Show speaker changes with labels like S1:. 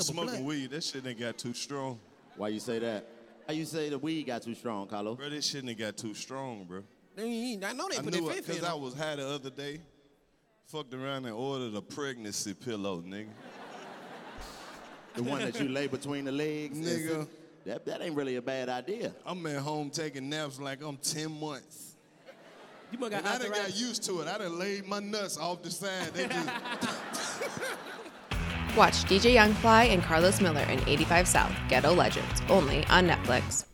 S1: smoking
S2: blunt.
S1: weed. That shit ain't got too strong.
S3: Why you say that? How you say the weed got too strong, Carlo?
S1: Bro, this shit ain't got too strong, bro.
S2: Mm, I know they
S1: I
S2: put
S1: knew
S2: that
S1: it
S2: fifth in.
S1: because I
S2: them.
S1: was high the other day. Fucked around and ordered a pregnancy pillow, nigga.
S3: The one that you lay between the legs? and
S1: Nigga.
S3: sit- That, that ain't really a bad idea.
S1: I'm at home taking naps like I'm 10 months.
S2: You must got
S1: And I done got
S2: arthritis.
S1: used to it. I done laid my nuts off the side. They just
S4: Watch DJ Youngfly and Carlos Miller in 85 South Ghetto Legends only on Netflix.